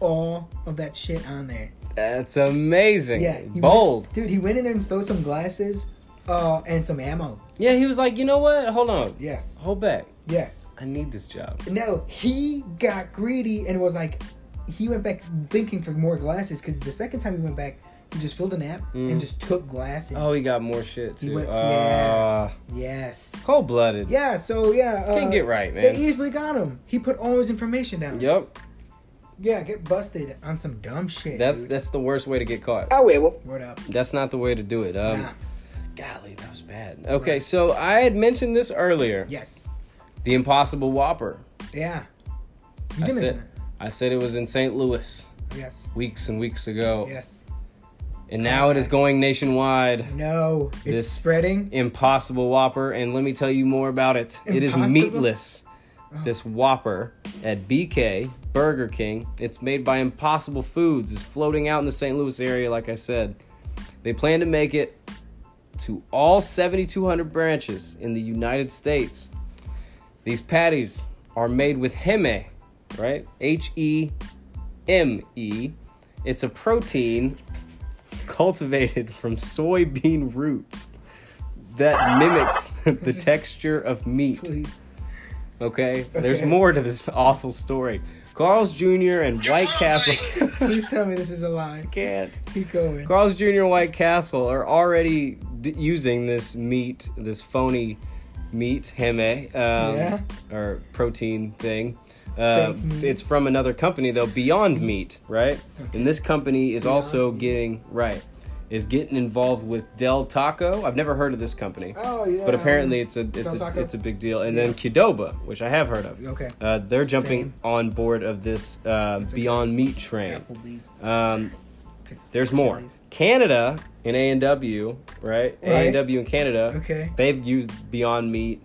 Speaker 1: all of that shit on there.
Speaker 2: That's amazing.
Speaker 1: Yeah. he
Speaker 2: Bold.
Speaker 1: went- dude, he went in there and stole some glasses uh, and some ammo.
Speaker 2: Yeah, he was like, you know what? Hold on.
Speaker 1: Yes.
Speaker 2: Hold back.
Speaker 1: Yes.
Speaker 2: I need this job.
Speaker 1: No, he got greedy and was like, he went back thinking for more glasses because the second time he went back, he just filled an app
Speaker 2: Mm.
Speaker 1: and just took glasses.
Speaker 2: Oh, he got more shit too.
Speaker 1: He went-
Speaker 2: Ah,
Speaker 1: Yes.
Speaker 2: cold blooded.
Speaker 1: Yeah, so yeah. Uh,
Speaker 2: Can't get right,
Speaker 1: They
Speaker 2: man.
Speaker 1: easily got him. He put all his information down.
Speaker 2: Yep.
Speaker 1: Yeah, get busted on some dumb shit.
Speaker 2: That's
Speaker 1: dude.
Speaker 2: that's the worst way to get caught.
Speaker 1: Ah, huevo. Word up.
Speaker 2: That's not the way to do it. Um,
Speaker 1: Nah.
Speaker 2: golly, that was bad. Okay, so I had mentioned this earlier.
Speaker 1: Yes.
Speaker 2: The Impossible Whopper.
Speaker 1: Yeah. You
Speaker 2: I
Speaker 1: did mention
Speaker 2: said, I said it was in St. Louis
Speaker 1: that. Yes.
Speaker 2: weeks and weeks ago,
Speaker 1: Yes.
Speaker 2: and now it is going nationwide.
Speaker 1: No. It's
Speaker 2: This-
Speaker 1: spreading.
Speaker 2: Impossible Whopper, and let me tell you more about it. It is
Speaker 1: Impossible?
Speaker 2: meatless. This Whopper at BK Burger King. It's made by Impossible Foods. It's floating out in the St. Louis area, like I said. They plan to make it to all 7,200 branches in the United States. These patties are made with heme, right? H E M E. It's a protein cultivated from soybean roots that mimics *laughs* the texture
Speaker 1: *laughs*
Speaker 2: of meat.
Speaker 1: Please.
Speaker 2: Okay? There's
Speaker 1: Okay.
Speaker 2: more to this awful story. Carl's Jr. and White Castle.
Speaker 1: Please tell me this is a lie.
Speaker 2: *laughs* can't.
Speaker 1: Keep going.
Speaker 2: Carl's Jr. and White Castle are already d- using this meat, this phony meat heme, um,
Speaker 1: Yeah.
Speaker 2: or protein thing. Uh,
Speaker 1: Fake meat.
Speaker 2: it's from another company though, Beyond Meat, right? And this company is also getting right, is getting involved with Del Taco. I've never heard of this company,
Speaker 1: Oh, yeah.
Speaker 2: but apparently it's a it's
Speaker 1: Del
Speaker 2: a,
Speaker 1: Taco?
Speaker 2: it's a big deal. And then
Speaker 1: Yeah.
Speaker 2: Qdoba, which I have heard of.
Speaker 1: Okay.
Speaker 2: Uh, they're jumping
Speaker 1: Same.
Speaker 2: on board of this uh, Beyond Meat train.
Speaker 1: Applebee's.
Speaker 2: Um,
Speaker 1: Take-
Speaker 2: there's more.
Speaker 1: Chili's.
Speaker 2: Canada and A and W, right? A
Speaker 1: Right.
Speaker 2: and W in Canada.
Speaker 1: Okay.
Speaker 2: They've used Beyond Meat.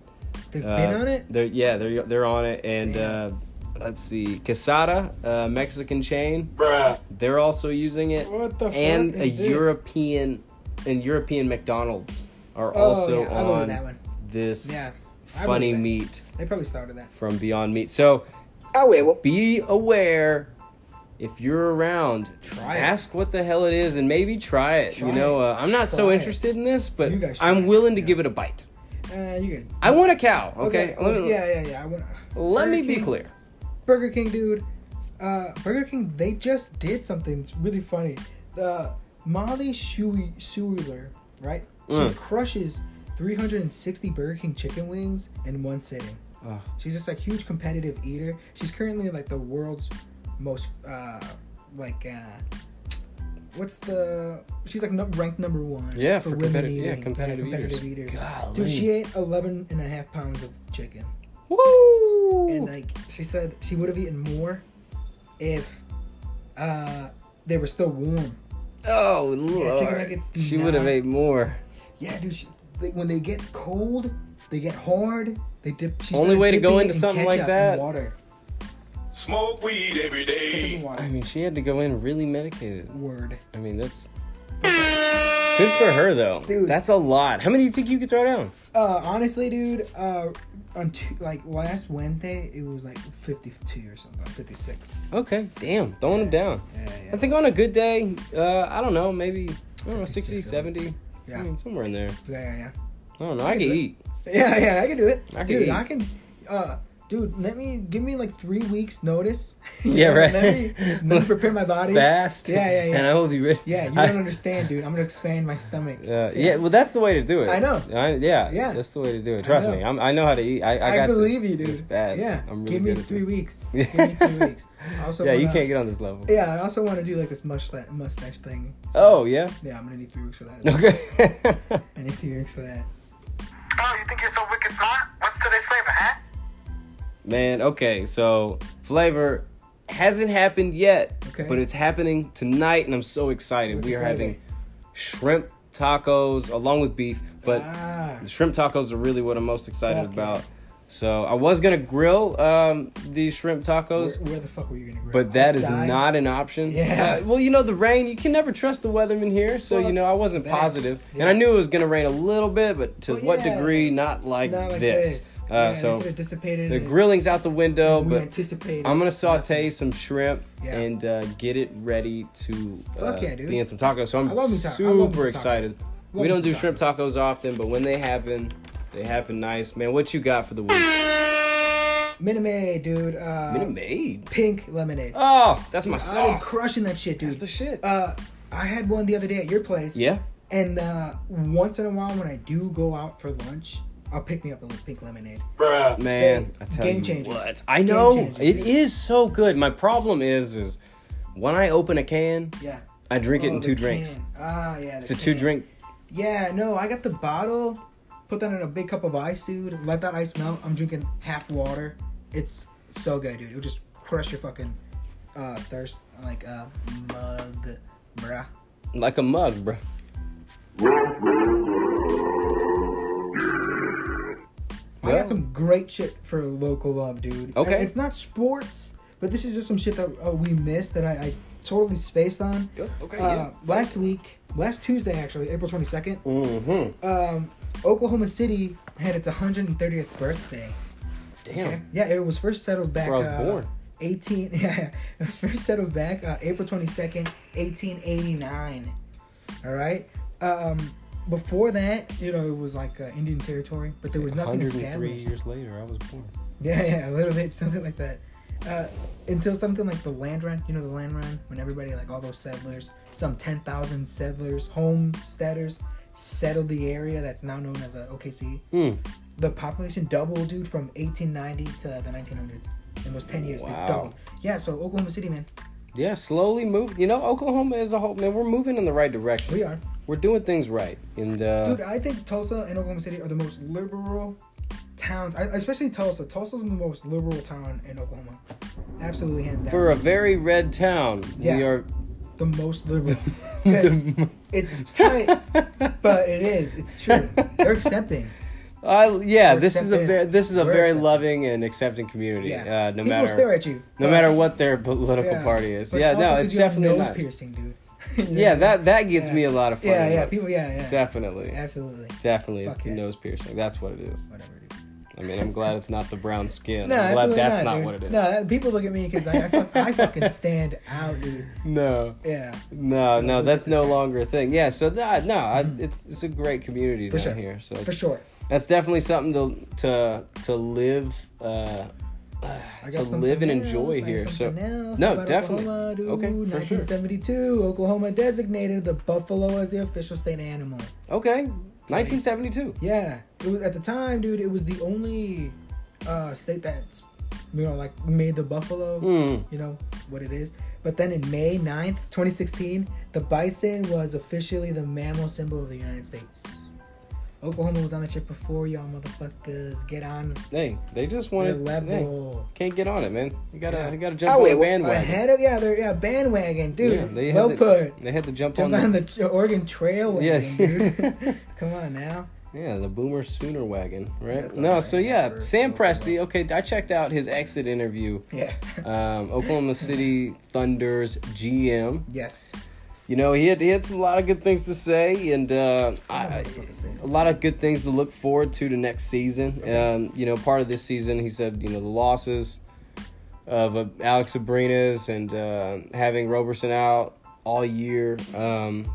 Speaker 1: They've
Speaker 2: uh,
Speaker 1: been on it?
Speaker 2: They're yeah, they're they're on it. And uh,
Speaker 1: Damn.
Speaker 2: let's see, Quesada, uh, Mexican chain,
Speaker 4: Bruh.
Speaker 2: they're also using it.
Speaker 1: What the fuck
Speaker 2: and
Speaker 1: is
Speaker 2: a
Speaker 1: this?
Speaker 2: European and European McDonald's are
Speaker 1: Oh,
Speaker 2: also
Speaker 1: yeah, I believe
Speaker 2: on
Speaker 1: that one.
Speaker 2: this
Speaker 1: Yeah. I
Speaker 2: funny
Speaker 1: believe it.
Speaker 2: meat
Speaker 1: They probably started that.
Speaker 2: from Beyond Meat. So
Speaker 1: Ah, huevo.
Speaker 2: be aware if you're around
Speaker 1: Try it.
Speaker 2: ask what the hell it is and maybe try it
Speaker 1: Try
Speaker 2: you know
Speaker 1: it.
Speaker 2: uh, i'm not so
Speaker 1: Try it.
Speaker 2: interested in this but
Speaker 1: You guys try
Speaker 2: i'm
Speaker 1: it,
Speaker 2: willing to
Speaker 1: yeah.
Speaker 2: give it a bite
Speaker 1: Uh, you good.
Speaker 2: i want a cow okay,
Speaker 1: well,
Speaker 2: let me,
Speaker 1: yeah, yeah, yeah. I want
Speaker 2: let me
Speaker 1: Burger
Speaker 2: be
Speaker 1: King-
Speaker 2: clear
Speaker 1: Burger King, dude. Uh, Burger King, they just did something that's really funny. The Molly Shui- Shuler, right? She
Speaker 2: Mm.
Speaker 1: crushes 360 Burger King chicken wings in one sitting.
Speaker 2: Ugh.
Speaker 1: She's just a huge competitive eater. She's currently like the world's most, uh, like, uh, what's the? She's like no, ranked number one.
Speaker 2: Yeah, for competitive- yeah,
Speaker 1: eating.
Speaker 2: competitive eaters. Golly.
Speaker 1: Dude, she ate 11 and a half pounds of chicken.
Speaker 2: Woo!
Speaker 1: And like she said, she would have eaten more if uh they were still warm.
Speaker 2: oh
Speaker 1: Yeah,
Speaker 2: lord
Speaker 1: chicken nuggets do
Speaker 2: she would have
Speaker 1: not-
Speaker 2: ate more
Speaker 1: Yeah, dude. She, they, when they get cold, they get hard. They dip. She
Speaker 2: Only
Speaker 1: started
Speaker 2: way to go
Speaker 1: dipping it
Speaker 2: into
Speaker 1: in
Speaker 2: something like
Speaker 1: ketchup and
Speaker 2: that-
Speaker 1: Water.
Speaker 4: Smoke weed every
Speaker 1: Put
Speaker 4: day.
Speaker 1: in water.
Speaker 2: i mean she had to go in really medicated
Speaker 1: Word.
Speaker 2: i mean that's good for her though
Speaker 1: Dude.
Speaker 2: that's a lot how many do you think you could throw down
Speaker 1: Uh, honestly, dude. Uh, on two, like last Wednesday, it was like fifty-two or something, fifty-six.
Speaker 2: okay damn throwing them down
Speaker 1: Yeah, yeah.
Speaker 2: I think on a good day, uh, I don't know, maybe I don't know,
Speaker 1: 56,
Speaker 2: 60, 70.
Speaker 1: Yeah.
Speaker 2: I mean, somewhere in there.
Speaker 1: yeah, yeah, yeah.
Speaker 2: I don't know. I could eat.
Speaker 1: Yeah, yeah, I can do it.
Speaker 2: I can
Speaker 1: dude,
Speaker 2: eat.
Speaker 1: I can. Uh, dude, let me give me like three weeks notice.
Speaker 2: *laughs* Yeah, right.
Speaker 1: let, me, let me prepare my body.
Speaker 2: Fast.
Speaker 1: Yeah, yeah, yeah.
Speaker 2: *laughs* And I will be ready.
Speaker 1: Yeah, you
Speaker 2: I-
Speaker 1: don't understand, dude. I'm gonna expand my stomach.
Speaker 2: Uh, *laughs* yeah, well, that's the way to do it.
Speaker 1: I know.
Speaker 2: I, yeah, yeah,
Speaker 1: Yeah.
Speaker 2: that's the way to do it. Trust
Speaker 1: know.
Speaker 2: me, I'm, I know how to eat. I, I,
Speaker 1: I,
Speaker 2: got
Speaker 1: believe
Speaker 2: this.
Speaker 1: you, dude.
Speaker 2: It's bad.
Speaker 1: Yeah,
Speaker 2: I'm really
Speaker 1: give me
Speaker 2: good at
Speaker 1: three
Speaker 2: this. *laughs*
Speaker 1: weeks. Give me three weeks. I also
Speaker 2: yeah, you
Speaker 1: wanna-
Speaker 2: can't get on this level.
Speaker 1: Yeah, I also want to do like this mustache mustache thing.
Speaker 2: Oh yeah. *laughs*
Speaker 1: Yeah, I'm gonna need three weeks for that.
Speaker 2: Okay. *laughs*
Speaker 1: I need three weeks for that.
Speaker 3: Oh, you think you're so wicked smart? What's today's flavor, huh?
Speaker 2: Man, okay, so flavor hasn't happened yet,
Speaker 1: Okay.
Speaker 2: but it's happening tonight, and I'm so excited.
Speaker 1: What's
Speaker 2: we
Speaker 1: the
Speaker 2: are
Speaker 1: flavor?
Speaker 2: having shrimp tacos along with beef, but
Speaker 1: ah,
Speaker 2: The shrimp tacos are really what I'm most excited
Speaker 1: Fuck
Speaker 2: about. So I was gonna grill um, these shrimp
Speaker 1: Where,
Speaker 2: tacos,
Speaker 1: where the fuck were you gonna grill?
Speaker 2: but that is
Speaker 1: Outside?
Speaker 2: not an option.
Speaker 1: Yeah.
Speaker 2: Uh, well, you know the rain. You can never trust the weatherman here, so
Speaker 1: Well,
Speaker 2: you know I wasn't
Speaker 1: that-
Speaker 2: positive,
Speaker 1: yeah.
Speaker 2: and I knew it was gonna rain a little bit, but to
Speaker 1: Well,
Speaker 2: what
Speaker 1: yeah.
Speaker 2: degree? Not like,
Speaker 1: Not like
Speaker 2: this.
Speaker 1: this.
Speaker 2: Uh,
Speaker 1: Yeah, they
Speaker 2: so
Speaker 1: sort of dissipated
Speaker 2: the
Speaker 1: and-
Speaker 2: grilling's out the window,
Speaker 1: we
Speaker 2: but
Speaker 1: anticipated.
Speaker 2: I'm gonna saute some shrimp
Speaker 1: Yeah.
Speaker 2: and uh, get it ready to uh,
Speaker 1: Fuck yeah, dude.
Speaker 2: be in some tacos. So I'm
Speaker 1: I love me ta- I love me some
Speaker 2: super
Speaker 1: tacos.
Speaker 2: excited.
Speaker 1: Love
Speaker 2: we
Speaker 1: me
Speaker 2: don't
Speaker 1: some
Speaker 2: do
Speaker 1: tacos.
Speaker 2: shrimp tacos often, but when they happen, they happen nice. Man, what you got for the week?
Speaker 1: Minute Maid, dude. Uh,
Speaker 2: Minute Maid.
Speaker 1: Pink lemonade.
Speaker 2: Oh, that's my
Speaker 1: I've been
Speaker 2: sauce.
Speaker 1: crushing that shit, dude.
Speaker 2: That's the shit.
Speaker 1: Uh, I had one the other day at your place.
Speaker 2: Yeah.
Speaker 1: And uh, once in a while, when I do go out for lunch, I'll pick me up a little pink lemonade.
Speaker 4: Bruh.
Speaker 2: Man,
Speaker 1: Hey,
Speaker 2: I tell
Speaker 1: game
Speaker 2: you
Speaker 1: changers.
Speaker 2: what, I
Speaker 1: Game
Speaker 2: know
Speaker 1: changers,
Speaker 2: it
Speaker 1: dude.
Speaker 2: is so good. My problem is, is when I open a can,
Speaker 1: Yeah.
Speaker 2: I drink it in
Speaker 1: Oh, the
Speaker 2: two drinks.
Speaker 1: can. Ah, yeah.
Speaker 2: It's a two drink.
Speaker 1: Yeah, no, I got the bottle. Put that in a big cup of ice, dude. Let that ice melt. I'm drinking half water. It's so good, dude. It'll just crush your fucking uh, thirst like a mug, bruh.
Speaker 2: like a mug, bro.
Speaker 1: I
Speaker 2: Well-
Speaker 1: got some great shit for local love, dude.
Speaker 2: Okay.
Speaker 1: And it's not sports, but this is just some shit that uh, we missed that I, I totally spaced on.
Speaker 2: Okay.
Speaker 1: Uh, last week, last Tuesday actually, April 22nd,
Speaker 2: Mm-hmm.
Speaker 1: um, Oklahoma City had its 130th birthday.
Speaker 2: Damn.
Speaker 1: Okay. Yeah, it was first settled back.
Speaker 2: Where I was
Speaker 1: uh,
Speaker 2: born.
Speaker 1: 18. *laughs* Yeah, it was first settled back uh, April 22nd, 1889. All right. Um, before that, you know, it was like uh, Indian territory, but there was nothing
Speaker 2: 103
Speaker 1: established.
Speaker 2: years later, I was born.
Speaker 1: Yeah, *laughs* yeah, a little bit, something like that. Uh, until something like the land run, you know, the land run, when everybody, like all those settlers, some 10,000 settlers, homesteaders, settled the area that's now known as uh, OKC.
Speaker 2: Mm.
Speaker 1: The population doubled, dude, from 1890 to the 1900s. In those 10 years,
Speaker 2: Wow.
Speaker 1: it doubled. Yeah, so Oklahoma City, man,
Speaker 2: Yeah, slowly move. You know, Oklahoma is a whole man. We're moving in the right direction.
Speaker 1: we are.
Speaker 2: We're doing things right, and uh,
Speaker 1: Dude, I think Tulsa and Oklahoma City are the most liberal towns, I, especially Tulsa. Tulsa's the most liberal town in Oklahoma. Absolutely, hands down.
Speaker 2: for a very red town, we
Speaker 1: Yeah.
Speaker 2: are.
Speaker 1: the most liberal because it's tight, but it is. It's true. They're accepting.
Speaker 2: *laughs* I, yeah,
Speaker 1: We're
Speaker 2: this is a
Speaker 1: accepting.
Speaker 2: very this is a
Speaker 1: We're
Speaker 2: very
Speaker 1: accepting.
Speaker 2: loving and accepting community.
Speaker 1: Yeah.
Speaker 2: Uh, no
Speaker 1: People stare
Speaker 2: matter
Speaker 1: at you.
Speaker 2: no
Speaker 1: but-
Speaker 2: matter what their political
Speaker 1: yeah.
Speaker 2: party is.
Speaker 1: But
Speaker 2: yeah,
Speaker 1: also
Speaker 2: no,
Speaker 1: 'cause
Speaker 2: it's
Speaker 1: you have
Speaker 2: definitely
Speaker 1: nose
Speaker 2: nice.
Speaker 1: piercing, dude. You know?
Speaker 2: *laughs* Yeah, that that gets
Speaker 1: Yeah.
Speaker 2: me a lot of
Speaker 1: *laughs*
Speaker 2: fun.
Speaker 1: Yeah, yeah, people. Yeah, yeah.
Speaker 2: Definitely,
Speaker 1: Absolutely.
Speaker 2: definitely, it's
Speaker 1: Fuck
Speaker 2: the
Speaker 1: yeah.
Speaker 2: nose piercing. That's what it is.
Speaker 1: Whatever. Dude.
Speaker 2: I mean, I'm glad it's not the brown skin.
Speaker 1: No,
Speaker 2: I'm glad
Speaker 1: absolutely
Speaker 2: that's
Speaker 1: not,
Speaker 2: not
Speaker 1: dude.
Speaker 2: what it is.
Speaker 1: No, that- people look at me because I, I, fuck, I fucking
Speaker 2: *laughs*
Speaker 1: stand out, dude.
Speaker 2: no.
Speaker 1: Yeah.
Speaker 2: No,
Speaker 1: Look
Speaker 2: no,
Speaker 1: at
Speaker 2: that's
Speaker 1: this
Speaker 2: no
Speaker 1: guy.
Speaker 2: longer a thing. Yeah, so that no, I, it's it's a great community
Speaker 1: Mm-hmm. For
Speaker 2: down
Speaker 1: sure.
Speaker 2: here. So
Speaker 1: For
Speaker 2: it's,
Speaker 1: sure.
Speaker 2: that's definitely something to to to live uh,
Speaker 1: I
Speaker 2: to
Speaker 1: got something
Speaker 2: live and
Speaker 1: else,
Speaker 2: enjoy
Speaker 1: I got
Speaker 2: here. So
Speaker 1: something else
Speaker 2: no,
Speaker 1: about
Speaker 2: definitely.
Speaker 1: Oklahoma, dude.
Speaker 2: Okay, for sure.
Speaker 1: 1972, Oklahoma designated the buffalo as the official state animal.
Speaker 2: okay, 1972.
Speaker 1: Yeah, it was at the time, dude. It was the only uh, state that you know like made the buffalo.
Speaker 2: Mm.
Speaker 1: You know what it is. But then in May 9th, 2016, the bison was officially the mammal symbol of the United States. Oklahoma was on the ship before y'all motherfuckers. Get on
Speaker 2: Hey, they just
Speaker 1: your
Speaker 2: wanted hey,
Speaker 1: level.
Speaker 2: can't get on it, man. You gotta
Speaker 1: Yeah.
Speaker 2: you gotta jump
Speaker 1: Oh,
Speaker 2: on
Speaker 1: wait,
Speaker 2: the bandwagon.
Speaker 1: Ahead of yeah, they're yeah bandwagon, dude.
Speaker 2: Yeah, they had
Speaker 1: well
Speaker 2: to,
Speaker 1: put.
Speaker 2: They had to jump,
Speaker 1: Jump
Speaker 2: on,
Speaker 1: on
Speaker 2: the,
Speaker 1: the Ch- Oregon Trail wagon,
Speaker 2: Yeah. *laughs*
Speaker 1: dude. Come on now.
Speaker 2: yeah the boomer sooner wagon, right?
Speaker 1: That's
Speaker 2: no,
Speaker 1: alright,
Speaker 2: so
Speaker 1: man,
Speaker 2: yeah,
Speaker 1: for
Speaker 2: Sam
Speaker 1: Oklahoma.
Speaker 2: Presti. Okay, I checked out his exit interview.
Speaker 1: Yeah. *laughs*
Speaker 2: um, Oklahoma City Thunder's GM.
Speaker 1: yes.
Speaker 2: You know, he had, he had some, a lot of good things to say, and uh, I, a lot of good things to look forward to the next season. Um, you know, part of this season, he said, you know, the losses of uh, Alex Abrines and uh, having Roberson out all year um,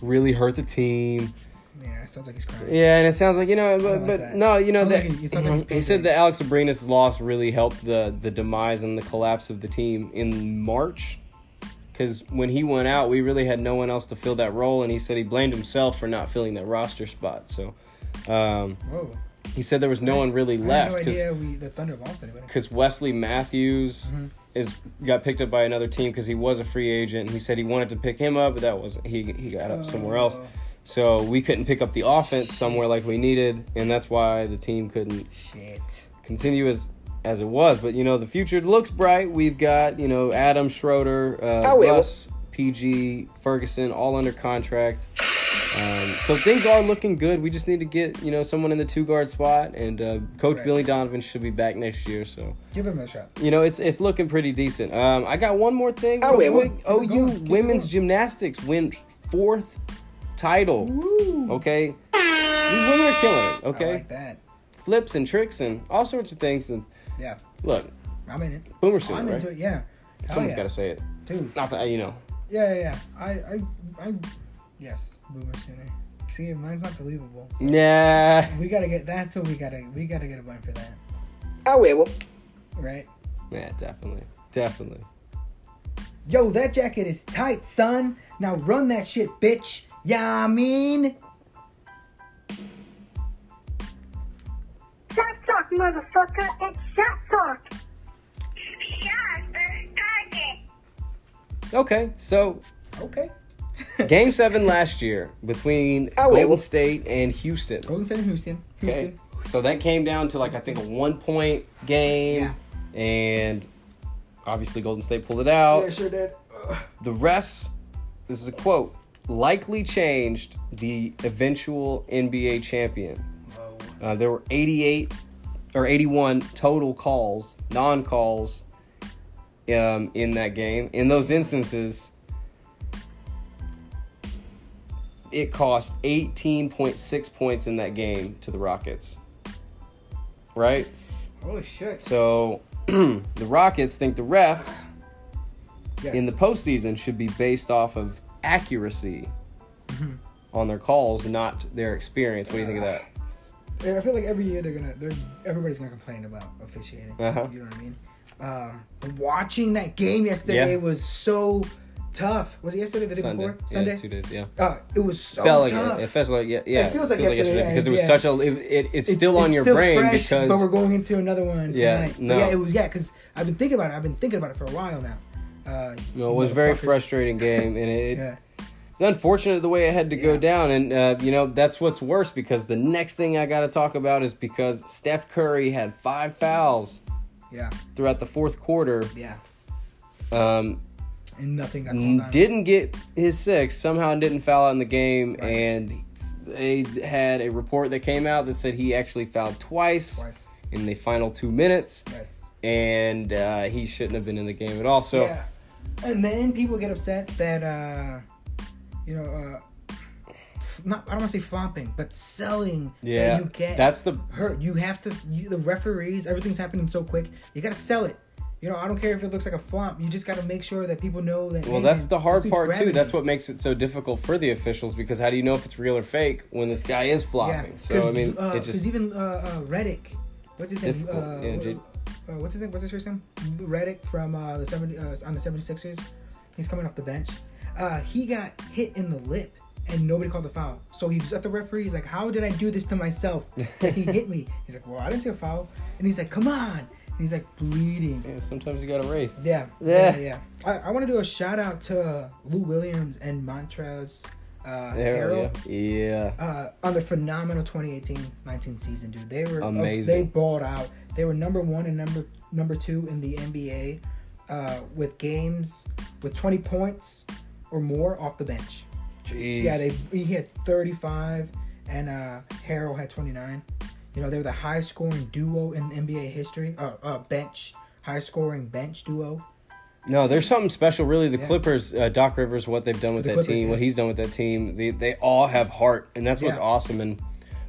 Speaker 2: really hurt the team.
Speaker 1: Yeah, sounds like he's crying.
Speaker 2: Yeah, and it sounds like you know, but,
Speaker 1: like
Speaker 2: but
Speaker 1: that.
Speaker 2: no, you know
Speaker 1: Sounds
Speaker 2: that
Speaker 1: like he- it sounds like he's
Speaker 2: he said
Speaker 1: panicking.
Speaker 2: that Alex Abrines' loss really helped the the demise and the collapse of the team in March, because when he went out, we really had no one else to fill that role, and he said he blamed himself for not filling that roster spot. So, um,
Speaker 1: Whoa.
Speaker 2: he said there was no one really
Speaker 1: I
Speaker 2: left
Speaker 1: had
Speaker 2: because
Speaker 1: no idea Mm-hmm. we, the Thunder lost anybody.
Speaker 2: Wesley Matthews. Is got picked up by another team because he was a free agent. and He said he wanted to pick him up, but that wasn't. He he got up somewhere else.
Speaker 1: Oh,
Speaker 2: So we couldn't pick up the offense somewhere like we needed, and that's why the team couldn't
Speaker 1: Shit.
Speaker 2: continue as as it was. But you know, the future looks bright. We've got you know Adam Schroeder, uh,
Speaker 1: Oh, yeah, well-
Speaker 2: Russ, PG, Ferguson, all under contract. Um, so things are looking good. We just need to get you know someone in the two guard spot, and uh, Coach
Speaker 1: Right.
Speaker 2: Billy Donovan should be back next year. So
Speaker 1: Give him a shot.
Speaker 2: you know it's it's looking pretty decent. Um, I got one more thing.
Speaker 1: Oh,
Speaker 2: real
Speaker 1: wait,
Speaker 2: quick.
Speaker 1: what-
Speaker 2: OU
Speaker 1: keep going, keep
Speaker 2: women's
Speaker 1: going.
Speaker 2: gymnastics win fourth title. Okay, these women are killing
Speaker 1: I
Speaker 2: it. Okay,
Speaker 1: like that.
Speaker 2: flips and tricks and all sorts of things. And
Speaker 1: Yeah,
Speaker 2: look,
Speaker 1: I'm in it.
Speaker 2: Boomer Sooner,
Speaker 1: I'm
Speaker 2: right?
Speaker 1: into it. Yeah. Hell
Speaker 2: someone's
Speaker 1: yeah.
Speaker 2: got to say it.
Speaker 1: Dude.
Speaker 2: Not that you know.
Speaker 1: Yeah, yeah, yeah. I, I, I. Yes, Boomer Sooner. See, mine's not believable.
Speaker 2: Nah.
Speaker 1: We gotta get that till we gotta we gotta get a bun for that,
Speaker 2: I will.
Speaker 1: right?
Speaker 2: Yeah, definitely, definitely.
Speaker 1: Yo, that jacket is tight, son. Now run that shit, bitch. Yeah, I mean.
Speaker 5: Shot talk, motherfucker. It's shot talk. Shot target.
Speaker 2: Okay, so
Speaker 1: Okay.
Speaker 2: Game seven last year between
Speaker 1: Oh, wait, Oh,
Speaker 2: Golden
Speaker 1: well-
Speaker 2: State and Houston.
Speaker 1: *laughs* Golden State and Houston. Houston.
Speaker 2: Okay, so that came down to like I think a one point game, and obviously Golden State pulled it out.
Speaker 1: Yeah, sure did. Ugh.
Speaker 2: The refs, this is a quote, likely changed the eventual NBA champion.
Speaker 1: Whoa.
Speaker 2: Uh, there were 88 or 81 total calls, non calls, um, in that game. In those instances, it cost 18.6 points in that game to the Rockets. Right?
Speaker 1: Holy shit.
Speaker 2: So *clears throat* the Rockets think the refs
Speaker 1: Yes.
Speaker 2: in the postseason should be based off of accuracy
Speaker 1: Mm-hmm.
Speaker 2: on their calls, not their experience. What do you think of that?
Speaker 1: Yeah, I feel like every year they're gonna, they're, everybody's gonna complain about officiating.
Speaker 2: Uh-huh.
Speaker 1: You know what I mean? Um, but watching that game yesterday
Speaker 2: Yeah.
Speaker 1: was so tough. Was it yesterday? The day before?
Speaker 2: Yeah,
Speaker 1: Sunday.
Speaker 2: two days, yeah.
Speaker 1: Uh, it was so
Speaker 2: felt like
Speaker 1: tough.
Speaker 2: it. It felt like yeah, yeah.
Speaker 1: It feels like yesterday, yeah,
Speaker 2: because it was
Speaker 1: yeah.
Speaker 2: such a. It, it, it's
Speaker 1: It-
Speaker 2: still on
Speaker 1: it's
Speaker 2: your
Speaker 1: still
Speaker 2: brain
Speaker 1: fresh,
Speaker 2: because
Speaker 1: But we're going into another one.
Speaker 2: Yeah,
Speaker 1: tonight. But
Speaker 2: no.
Speaker 1: Yeah, it was yeah because I've been thinking about it. I've been thinking about it for a while now. Uh,
Speaker 2: you know, it was a very
Speaker 1: motherfuckers.
Speaker 2: frustrating game, and it,
Speaker 1: Yeah.
Speaker 2: it's unfortunate the way it had to go
Speaker 1: Yeah.
Speaker 2: down. And uh, you know that's what's worse because the next thing I got to talk about is because Steph Curry had five fouls
Speaker 1: Yeah.
Speaker 2: throughout the fourth quarter.
Speaker 1: Yeah.
Speaker 2: Um,
Speaker 1: And nothing got called out.
Speaker 2: Mm, didn't get his six somehow didn't foul out in the game
Speaker 1: Right.
Speaker 2: and they had a report that came out that said he actually fouled twice,
Speaker 1: Twice.
Speaker 2: in the final two minutes
Speaker 1: Yes.
Speaker 2: and uh, he shouldn't have been in the game at all so
Speaker 1: yeah. And then people get upset that uh, you know, uh, f- not I don't want to say flopping, but selling. that
Speaker 2: Yeah,
Speaker 1: you can't.
Speaker 2: that's the-
Speaker 1: hurt. You have to. You, the referees, everything's happening so quick. You gotta sell it. You know, I don't care if it looks like a flop. You just gotta make sure that people know that.
Speaker 2: well
Speaker 1: hey,
Speaker 2: that's
Speaker 1: man,
Speaker 2: the
Speaker 1: this
Speaker 2: hard
Speaker 1: dude's
Speaker 2: part too
Speaker 1: grabbing
Speaker 2: that's
Speaker 1: you.
Speaker 2: what makes it so difficult for the officials because how do you know if it's real or fake when this guy is flopping so i
Speaker 1: 'cause,
Speaker 2: mean
Speaker 1: uh,
Speaker 2: it
Speaker 1: 'cause
Speaker 2: just
Speaker 1: even uh, uh, Reddick, what's his name?
Speaker 2: Difficult,
Speaker 1: Uh,
Speaker 2: yeah,
Speaker 1: what-
Speaker 2: J-
Speaker 1: uh, what's his name? What's his first name? Reddick from uh, the 70, uh, on the 76ers. He's coming off the bench. Uh, he got hit in the lip and nobody called a foul. So he was at the referee. He's like, How did I do this to myself? He's like, he hit
Speaker 2: *laughs*
Speaker 1: me. He's like, Well, I didn't see a foul. And he's like, Come on. And he's like, Bleeding.
Speaker 2: yeah, sometimes you gotta race
Speaker 1: Yeah, yeah,
Speaker 2: Yeah.
Speaker 1: yeah. I, I want to do a shout out to Lou Williams and Montrez uh,
Speaker 2: there
Speaker 1: Harrell
Speaker 2: we go. yeah
Speaker 1: uh, on their phenomenal 2018-19 season, dude. They were oh,
Speaker 2: Amazing.
Speaker 1: they balled out. They were number one and number number two in the NBA uh, with games with 20 points or more off the bench.
Speaker 2: Jeez.
Speaker 1: Yeah, they he had 35 and uh, Harrell had 29. You know, they were the highest scoring duo in NBA history. Uh, uh bench, high scoring bench duo.
Speaker 2: No, there's something special, really. The
Speaker 1: Yeah.
Speaker 2: Clippers, uh, Doc Rivers, what they've done with
Speaker 1: The
Speaker 2: that
Speaker 1: Clippers,
Speaker 2: team,
Speaker 1: yeah.
Speaker 2: what he's done with that team, they, they all have heart, and that's what's
Speaker 1: Yeah.
Speaker 2: awesome. And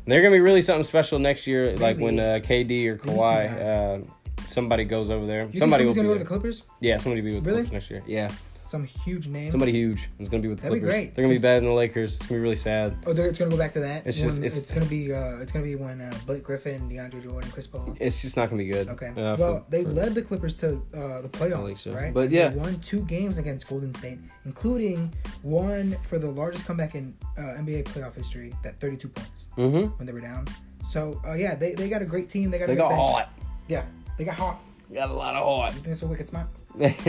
Speaker 2: they're gonna be really something special next year, like when uh, KD or
Speaker 1: be
Speaker 2: Kawhi,
Speaker 1: nice.
Speaker 2: uh, somebody goes over there.
Speaker 1: You
Speaker 2: somebody will
Speaker 1: think somebody's
Speaker 2: be
Speaker 1: gonna go
Speaker 2: there.
Speaker 1: to the Clippers?
Speaker 2: yeah, somebody will be with
Speaker 1: Really?
Speaker 2: the Clippers next year. Yeah,
Speaker 1: Some huge name.
Speaker 2: somebody huge is gonna be with the
Speaker 1: That'd be
Speaker 2: Clippers.
Speaker 1: great,
Speaker 2: They're gonna be
Speaker 1: 'cause-
Speaker 2: better than the Lakers. It's gonna be really sad.
Speaker 1: Oh, they're, it's gonna go back to that.
Speaker 2: It's
Speaker 1: When-
Speaker 2: just- it's-
Speaker 1: gonna be uh, it's gonna be when uh, Blake Griffin, DeAndre Jordan, Chris Paul.
Speaker 2: It's just not gonna be good.
Speaker 1: Okay.
Speaker 2: uh, for-
Speaker 1: well, they
Speaker 2: for-
Speaker 1: led the Clippers to uh, the
Speaker 2: I think
Speaker 1: playoffs,
Speaker 2: so.
Speaker 1: right?
Speaker 2: But
Speaker 1: And
Speaker 2: yeah.
Speaker 1: they won two games against Golden State, including one for the largest comeback in uh, NBA playoff history, that 32 points
Speaker 2: Mhm.
Speaker 1: when they were down. So uh, yeah, they, they got a great team. They got a
Speaker 2: They
Speaker 1: good
Speaker 2: got
Speaker 1: bench.
Speaker 2: hot.
Speaker 1: Yeah, they got hot.
Speaker 2: Got a lot of
Speaker 1: I think that's a wicked smart.
Speaker 2: hot. *laughs*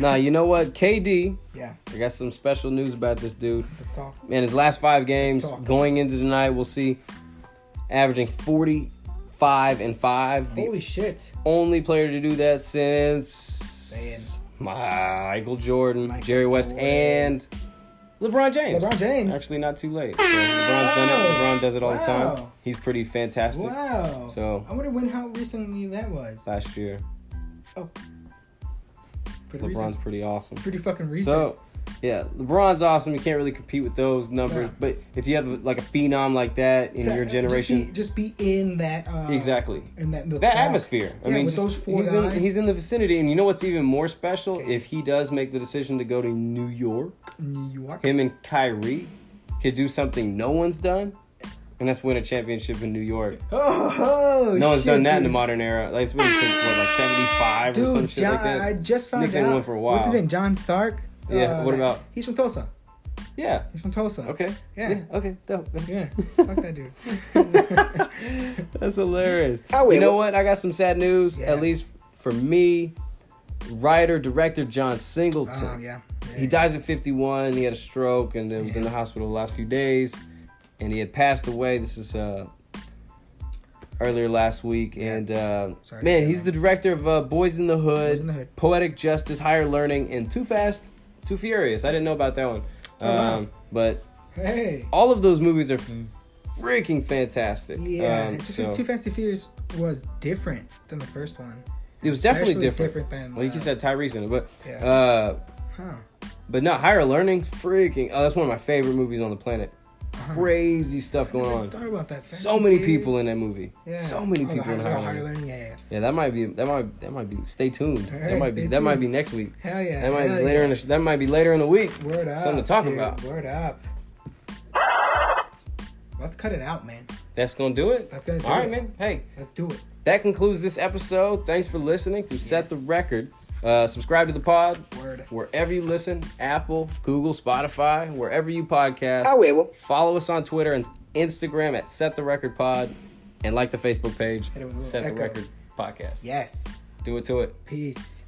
Speaker 2: nah, you know what? KD.
Speaker 1: Yeah,
Speaker 2: I got some special news about this dude.
Speaker 1: that's all.
Speaker 2: Man, his last five games
Speaker 1: Let's talk.
Speaker 2: going into tonight, we'll see averaging 45 and 5. The
Speaker 1: Holy shit!
Speaker 2: only player to do that since
Speaker 1: Man.
Speaker 2: Michael Jordan,
Speaker 1: Michael
Speaker 2: Jerry West,
Speaker 1: Jordan.
Speaker 2: and LeBron James.
Speaker 1: LeBron James.
Speaker 2: Actually, not too late. So LeBron's done it. LeBron does it all the time.
Speaker 1: Wow.
Speaker 2: He's pretty fantastic.
Speaker 1: Wow.
Speaker 2: So-
Speaker 1: I wonder when how recently that was.
Speaker 2: Last year,
Speaker 1: Oh. Pretty
Speaker 2: LeBron's
Speaker 1: recent.
Speaker 2: pretty awesome.
Speaker 1: pretty fucking recent.
Speaker 2: So, yeah, LeBron's awesome. You can't really compete with those numbers.
Speaker 1: No.
Speaker 2: But if you have like a phenom like that in
Speaker 1: To-
Speaker 2: your
Speaker 1: just
Speaker 2: generation,
Speaker 1: be- just be, in that uh,
Speaker 2: exactly.
Speaker 1: in that the
Speaker 2: That
Speaker 1: talk.
Speaker 2: atmosphere. I
Speaker 1: yeah,
Speaker 2: mean,
Speaker 1: with
Speaker 2: just-
Speaker 1: those four
Speaker 2: he's,
Speaker 1: guys,
Speaker 2: In, he's in the vicinity, and you know what's even more special? If he does make the decision to go to New York,
Speaker 1: New York.
Speaker 2: him and Kyrie could do something no one's done, and that's win a championship in New York.
Speaker 1: Oh,
Speaker 2: No one's
Speaker 1: shit,
Speaker 2: done that in the
Speaker 1: dude.
Speaker 2: modern era. Like it's been since what, like seventy five or
Speaker 1: Dude,
Speaker 2: some shit
Speaker 1: John,
Speaker 2: like that.
Speaker 1: I just found
Speaker 2: Knicks ain't
Speaker 1: out.
Speaker 2: won for a
Speaker 1: What's his
Speaker 2: while.
Speaker 1: name? John Stark.
Speaker 2: Yeah, what
Speaker 1: that-
Speaker 2: about-
Speaker 1: He's from Tulsa.
Speaker 2: yeah.
Speaker 1: He's from Tulsa.
Speaker 2: Okay.
Speaker 1: Yeah.
Speaker 2: okay. Dope.
Speaker 1: Yeah. Fuck that dude.
Speaker 2: *laughs* That's hilarious.
Speaker 1: Oh, wait,
Speaker 2: you know
Speaker 1: wh-
Speaker 2: what? I got some sad news.
Speaker 1: Yeah.
Speaker 2: At least for me, writer director John Singleton.
Speaker 1: Oh yeah. yeah.
Speaker 2: He dies at 51. He had a stroke and then was in the hospital the last few days, and he had passed away. This is uh, earlier last week. And uh,
Speaker 1: Sorry.
Speaker 2: man, he's the director of uh, Boys in the Hood,
Speaker 1: in the Hood.
Speaker 2: Poetic Justice, Higher Learning, and Too Fast, Too Furious. I didn't know about that one.
Speaker 1: Oh, wow.
Speaker 2: um, But
Speaker 1: Hey.
Speaker 2: all of those movies are freaking fantastic.
Speaker 1: Yeah.
Speaker 2: Um,
Speaker 1: it's just
Speaker 2: so-
Speaker 1: that Too Fast and Furious was different than the first one.
Speaker 2: it was definitely
Speaker 1: Especially
Speaker 2: different.
Speaker 1: different than,
Speaker 2: like you
Speaker 1: uh,
Speaker 2: said, Tyrese in it, but
Speaker 1: Yeah.
Speaker 2: uh,
Speaker 1: Huh.
Speaker 2: but no, Higher Learning, freaking. Oh, that's one of my favorite movies on the planet.
Speaker 1: Uh-huh.
Speaker 2: Crazy stuff going on.
Speaker 1: Talk about that. Fast
Speaker 2: so
Speaker 1: and
Speaker 2: many
Speaker 1: Furious.
Speaker 2: people in that movie.
Speaker 1: Yeah.
Speaker 2: So many
Speaker 1: Oh, the
Speaker 2: people in
Speaker 1: Higher-
Speaker 2: Higher
Speaker 1: the Higher
Speaker 2: Learning.
Speaker 1: Learning. Yeah. yeah.
Speaker 2: Yeah, that might be that might that might be. Stay tuned. that
Speaker 1: Alright,
Speaker 2: might be
Speaker 1: stay
Speaker 2: that might
Speaker 1: tuned.
Speaker 2: be next week.
Speaker 1: Hell yeah.
Speaker 2: That might
Speaker 1: hell
Speaker 2: be later
Speaker 1: yeah.
Speaker 2: in the sh- that might be later in the week.
Speaker 1: Word up.
Speaker 2: Something to talk
Speaker 1: dude.
Speaker 2: about.
Speaker 1: Word up. Let's cut it out, man.
Speaker 2: That's gonna do it.
Speaker 1: That's gonna do
Speaker 2: All right,
Speaker 1: it.
Speaker 2: man. Hey,
Speaker 1: Let's do it.
Speaker 2: that concludes this episode. Thanks for listening to Set the Record. Uh, subscribe to the pod
Speaker 1: Word.
Speaker 2: wherever you listen Apple, Google, Spotify, wherever you podcast.
Speaker 1: huevo.
Speaker 2: Follow us on Twitter and Instagram at Set the Record Pod and like the Facebook page,
Speaker 1: Hit it with a little
Speaker 2: Set the
Speaker 1: echo.
Speaker 2: Record Podcast.
Speaker 1: Yes.
Speaker 2: Do it to it.
Speaker 1: Peace.